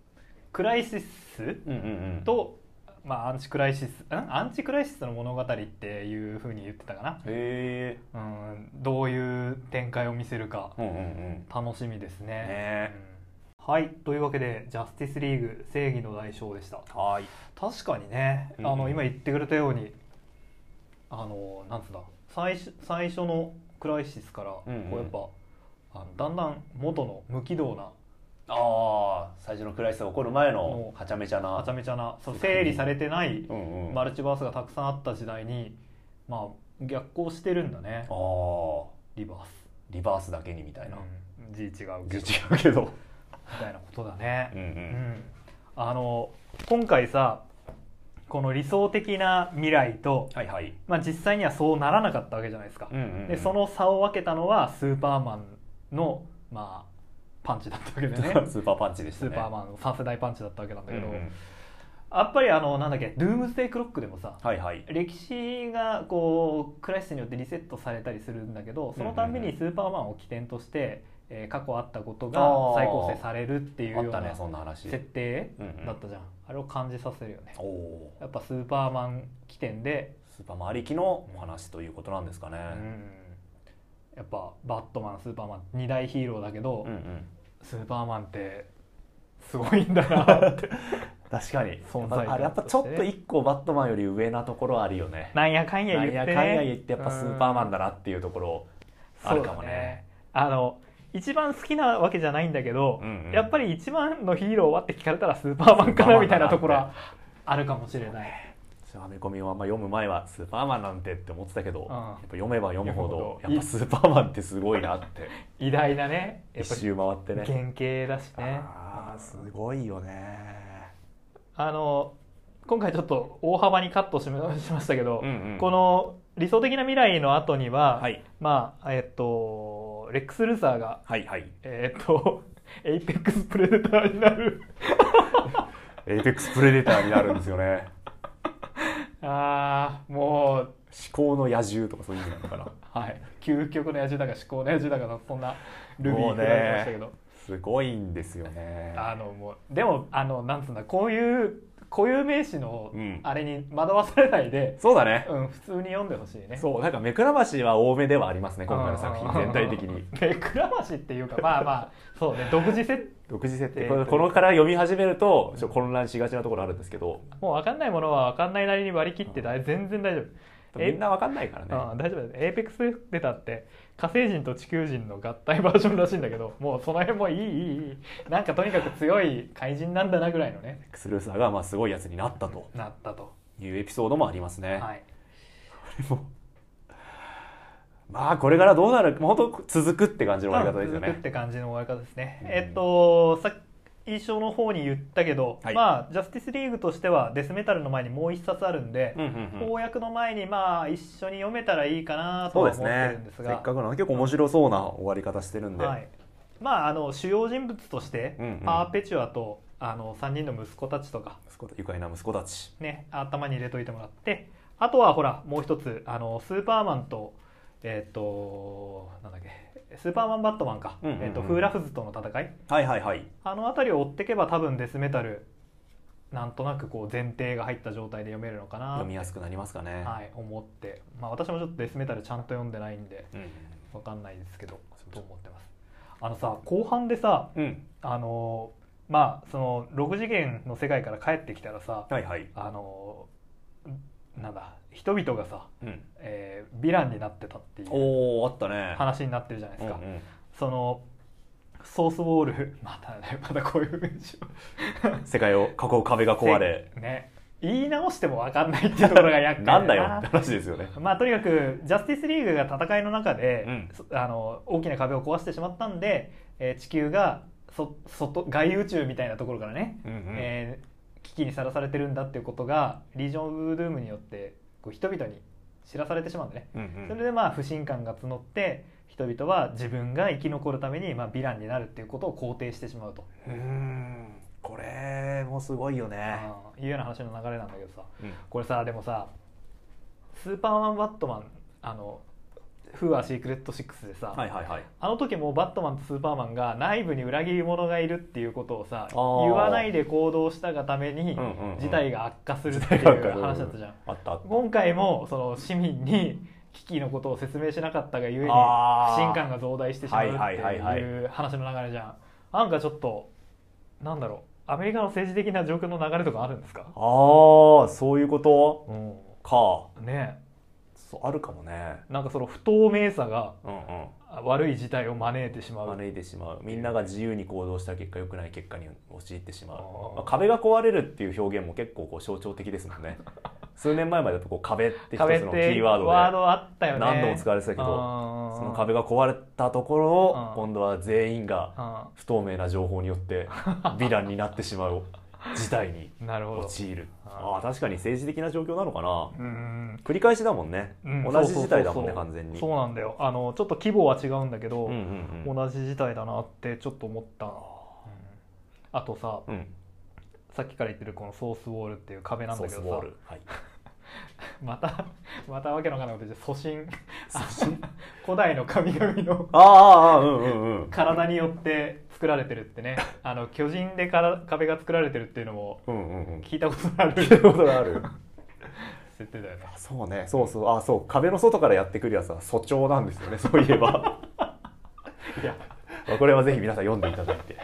クライシス
うんうんうん、
と、まあ、アンチクライシスんアンチクライシスの物語っていうふうに言ってたかな
へえ、
うんどういう展開を見せるか
うんうんうん、
楽しみですね
ね
うんはいというわけで「ジャスティスリーグ正義の代償」でした
はい、
確かにね、
うん
あの今言ってくれたようにあのなんつうんだ最初最初のクライシスからこう
うんうん
やっぱ、あのだんだん元の無軌道な
ああ、最初のクライシスが起こる前の
の
はちゃめちゃな、
はちゃめちゃなそう整理されてない
うんうん、
マ
あ
ルチバースがたくさんあった時代にまあ逆行してるんだね
あー、
リバース
リバースだけにみた
み
い
た
な、
いな、字違うけど
違うけど、
みたいなことだね
うんう、
うんん、あの今回さこの理想的な未来と、
はいはい、
まあ、実際にはそうならなかったわけじゃないですか、
うんうんうん
でそ、の差を分けたのはスーパーマンの、まあ、パンチだったわけで ね
スーパーパンチでし
ス
たね。
ーパーマンの3世代パンチだったわけなんだけど、
うんうん
やっぱりあのなんだっけドゥームスデイクロックでもさ
はいはい、
歴史がこうクライシスによってリセットされたりするんだけどそのたんびにスーパーマンを起点として、えー過去あったことが再構成されるっていう
あ
よ
っ
う
た
な
ねそんな話。
設定
うんうん
だったじゃん、あれを感じさせるよね
おおー、
やっぱスーパーマン起点で、
スーパーマンありきのお話ということなんですかね。
うんやっぱバットマンスーパーマン二大ヒーローだけど、
うんうん、
スーパーマンってすごいんだなって
確かに
存在感
あれやっぱちょっと一個バットマンより上なところはあるよね
なんやかんや言って、ね、
なんやかんや言ってやっぱスーパーマンだなっていうところあるかも
そうだ
ね
あの一番好きなわけじゃないんだけど、
うんうん
やっぱり一番のヒーローはって聞かれたらスーパーマンかなみたいなところ
スー
はあるかもしれない、
アメコミをあんま読む前はスーパーマンなんてって思ってたけど、
ん
やっぱ読めば読むほど
読むほど
やっぱスーパーマンってすごいなって
偉大なねやっぱ
一
り
周回ってね
原型だしね
あーすごいよね
あの今回ちょっと大幅にカットしましましたけど、
うんうん
この理想的な未来の後には、
はい
まあえっとレックス・ルーサーが
はいはい
えっと エイペックス・プレデターになる
エイペックスプレデターになるんですよね
あーもう
思考の野獣とかそういう意味なのかな
はい究極の野獣だか至高の野獣だかのそんなルビ
も
ー
う
く
ね
られましたけど、
すごいんですよね
あのもうでもあのなんつうんだこういう固有名詞の
うん
あれに惑わされないで、
そうだね、
うん普通に読んでほしいね
そうなんか目くらましは多めではありますね今回の作品全体的 に
目くらましっていうかまあまあそうね独自設
独自設
え
定
ー
これこのから読み始めるとちょっと混乱しがちなところあるんですけど
もう分かんないものは分かんないなりに割り切って大全然大丈夫
みんなわかんないから
え
ね
うん大丈夫だよエーペックス出たって火星人と地球人の合体バージョンらしいんだけどもうその辺もいいいいいいなんかとにかく強い怪人なんだなぐらいのね
クスルーサーがまあすごいやつになったと
なったと、
いうエピソードもありますね、
はい、
でもまあこれからどうなるもう本当続くって感じの終わり方ですよ
続くっ
ね
て感じの終わり方ですね、
うん
えっとさ印象の方に言ったけど、
はい
まあジャスティスリーグとしてはデスメタルの前にもう一冊あるんで、
うんうんうん
公約の前にまあ一緒に読めたらいいかなと
そう
は
で
思っ
す
てるん
ね
です
せ
が
っかくなので結構面白そうな終わり方してるんで、
はい、まああの主要人物として、
うんうん
パーペチュアとあの3人の息子たちとか
息子た愉快な息子たち
ね頭に入れといてもらってあとはほらもう一つあのスーパーマンとえっ、となんだっけスーパーマンバットマンか、
うんうんうん
えっとフーラフズとの戦い
はいはいはい
あの辺りを追っていけば多分デスメタルなんとなくこう前提が入った状態で読めるのかな
読みやすくなりますかね、
はい、思って、まあ、私もちょっとデスメタルちゃんと読んでないんで
うん
わかんないですけどと思ってますあのさ後半でさ
うん
あのーまあその6次元の世界から帰ってきたらさ
はいはい
あのーなんだ人々がさ、
うん
えーヴィランになってたっていう
おおあったね
話になってるじゃないですか、
うんうん
そのソースウォール またねまたこういう文章
世界を囲う壁が壊れ
ね言い直しても分かんないっていう ところが厄介
なんだよって話で すよね
まあとにかくジャスティスリーグが戦いの中で、
うん
そあの大きな壁を壊してしまったんで、えー地球がそ外外宇宙みたいなところからね、
うんうん
えー危機にさらされてるんだっていうことがリージョン・オブ・ドゥームによってこう人々に知らされてしまうんでね、
うんう
そ
ん
れでまあ不信感が募って人々は自分が生き残るためにまあヴィランになるっていうことを肯定してしまうと、
うーんこれもすごいよね
うんいうような話の流れなんだけどさ、
うん
これさでもさスーパーマンバットマンあのフーアシークレット6でさ、
はいはいはい
あの時もバットマンとスーパーマンが内部に裏切り者がいるっていうことをさ
あー
言わないで行動したがために
うんうんうん
事態が悪化するってい
なんか
う話だったじゃん
あったあった
今回もその市民に危機のことを説明しなかったがゆえに不
あー
信感が増大してしまうって
はいはいはい
いう話の流れじゃんなんかちょっとなんだろうアメリカの政治的な状況の流れとかあるんですか、
ああそういうこと
うん、
か
ねえ
そうあるかもね
なんかその不透明さが
うんうん
悪い事態を招いてしまう、
招いてしまうみんなが自由に行動した結果良くない結果に陥ってしまう
あー
まあ壁が壊れるっていう表現も結構こう象徴的ですも んね数年前までだとこう壁って一つの
壁っ
キ
て
ーワードで
ワードあったよね
何度も使われてたけど
ど
その壁が壊れたところを
うん
今度は全員が不透明な情報によってヴィランになってしまう事態に
なるほど
陥る
あー
ああ確かに政治的な状況なのかな
うん
繰り返しだもんね
うん
同じ事態だもんね
そうそうそうそう
完全に
そうなんだよあのちょっと規模は違うんだけど、
うんうんうん
同じ事態だなってちょっと思ったな、あとさ
うん
さっきから言ってるこのソースウォールっていう壁なん
ソ
だ
ー
け
ス
ど
ボー
さ
ルはい
またまたわけのわからないこと言って祖神
そう
古代の神々 の
ああああうんうんうん
体によって作られてるってねあの巨人でから壁が作られてるっていうのも
うんうんうん
聞いたことある
聞いたことがある
設定だよね
そうねそうそうあそう壁の外からやってくるやつは素調なんですよね そういえば
いや
まあこれはぜひ皆さん読んでいただいて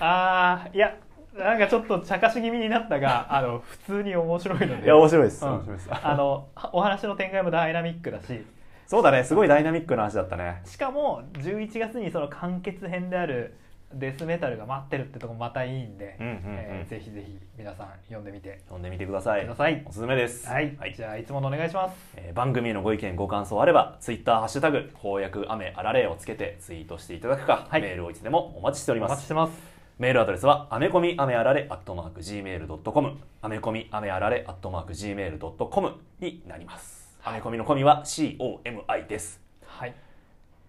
あーいやなんかちょっと茶化し気味になった があの普通に面白いので
いや面白いです
うん
面白いです
あのお話の展開もダイナミックだし
そうだねすごいダイナミックな話だったね
しかも11月にその完結編であるデスメタルが待ってるってとこまたいいんで、
うんうんうん
えーぜひぜひ皆さん読んでみて
読んでみてください
ください
おすすめです
はい、じゃあいつものお願いします
えー番組へのご意見ご感想あればツイッターハッシュタグ公約雨あられをつけてツイートしていただくか、
はい
メールをいつでもお待ちしており
お
ま
待ち
す
してます
メールアドレスはアメコミアメあられアットマーク Gmail.com アメコミアメあられアットマーク Gmail.com になりますアメコミのコミは COMI です、
はい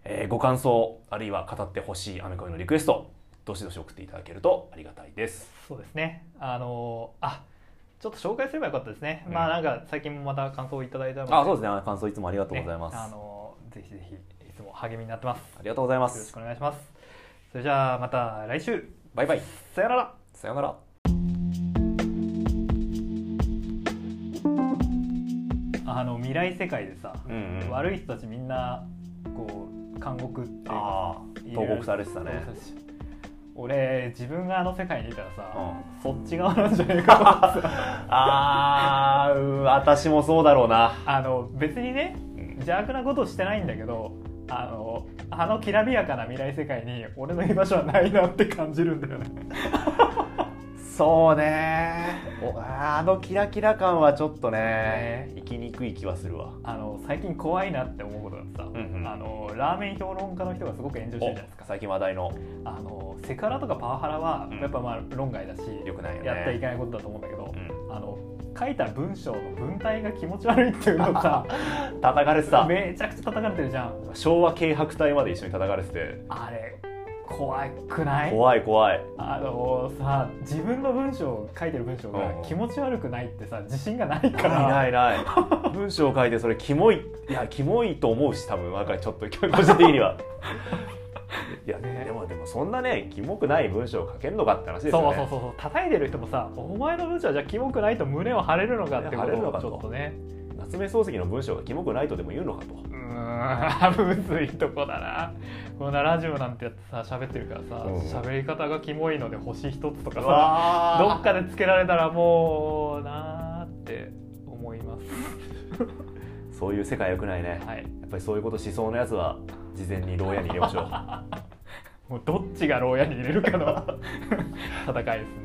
えーご感想あるいは語ってほしいアメコミのリクエストどしどし送っていただけるとありがたいです
そうですねあのーあちょっと紹介すればよかったですね、
うん
まあなんか最近もまた感想をいただいたので
あそうですねあの感想いつもありがとうございます、
ねあのーぜひぜひいつも励みになってます
ありがとうございま
よろし
す
くお願いしますそれじゃあまた来週
バイバイ
さよなら
さようなら
あの未来世界でさ、
うんうん
悪い人たちみんなこう監獄っていうか
ああ投獄されてたね
そうそうそう俺自分があの世界にいたらさ、
う
そっち側なんじゃないかと思ってさ
あーうん私もそうだろうな、
あの別にね邪悪なことをしてないんだけどあのあのきらびやかな未来世界に俺の居場所はないなって感じるんだよね
そうねおあーあのキラキラ感はちょっとね生きにくい気はするわ
あの最近怖いなって思うことがさ、
うんうん
あのラーメン評論家の人がすごく炎上してるじゃないですか
最近話題の
あのセクハラとかパワハラは
うん
やっぱまあ論外だし、
良くないよね
やってはいけないことだと思うんだけど、
うん
あの書いた文章の文体が気持ち悪いっていうの が
叩かれて
さ
た
めちゃくちゃ叩かれてるじゃん
昭和軽薄隊まで一緒に叩かれてて
あれ怖くない
怖い怖い
あのさ自分の文章書いてる文章が
うん
気持ち悪くないってさ自信がない
な
か
い
ら
ないない 文章を書いてそれキモいいやキモいと思うし多分なんかちょっと個人的 にはいや
ね
でもでもそんなねキモくない文章を書けるのかって話です
そ
よ
う
ね
そうそうそう叩いてる人もさお前の文章はじゃあキモくないと胸を張れるのかってこと
いや張れるのか
をち
と
ょっとね
夏目漱石の文章がキモくないとでも言うのかと
うーん むずいとこだなこんなラジオなんてやってさ喋ってるからさ
うん
喋、り方がキモいので星一つとかさ
わ
どっかでつけられたらもうなーって思います
そういう世界良くないね、
はい
やっぱりそういうことしそうなやつは事前に牢屋に入れましょう
もうどっちが牢屋に入れるかの戦いですね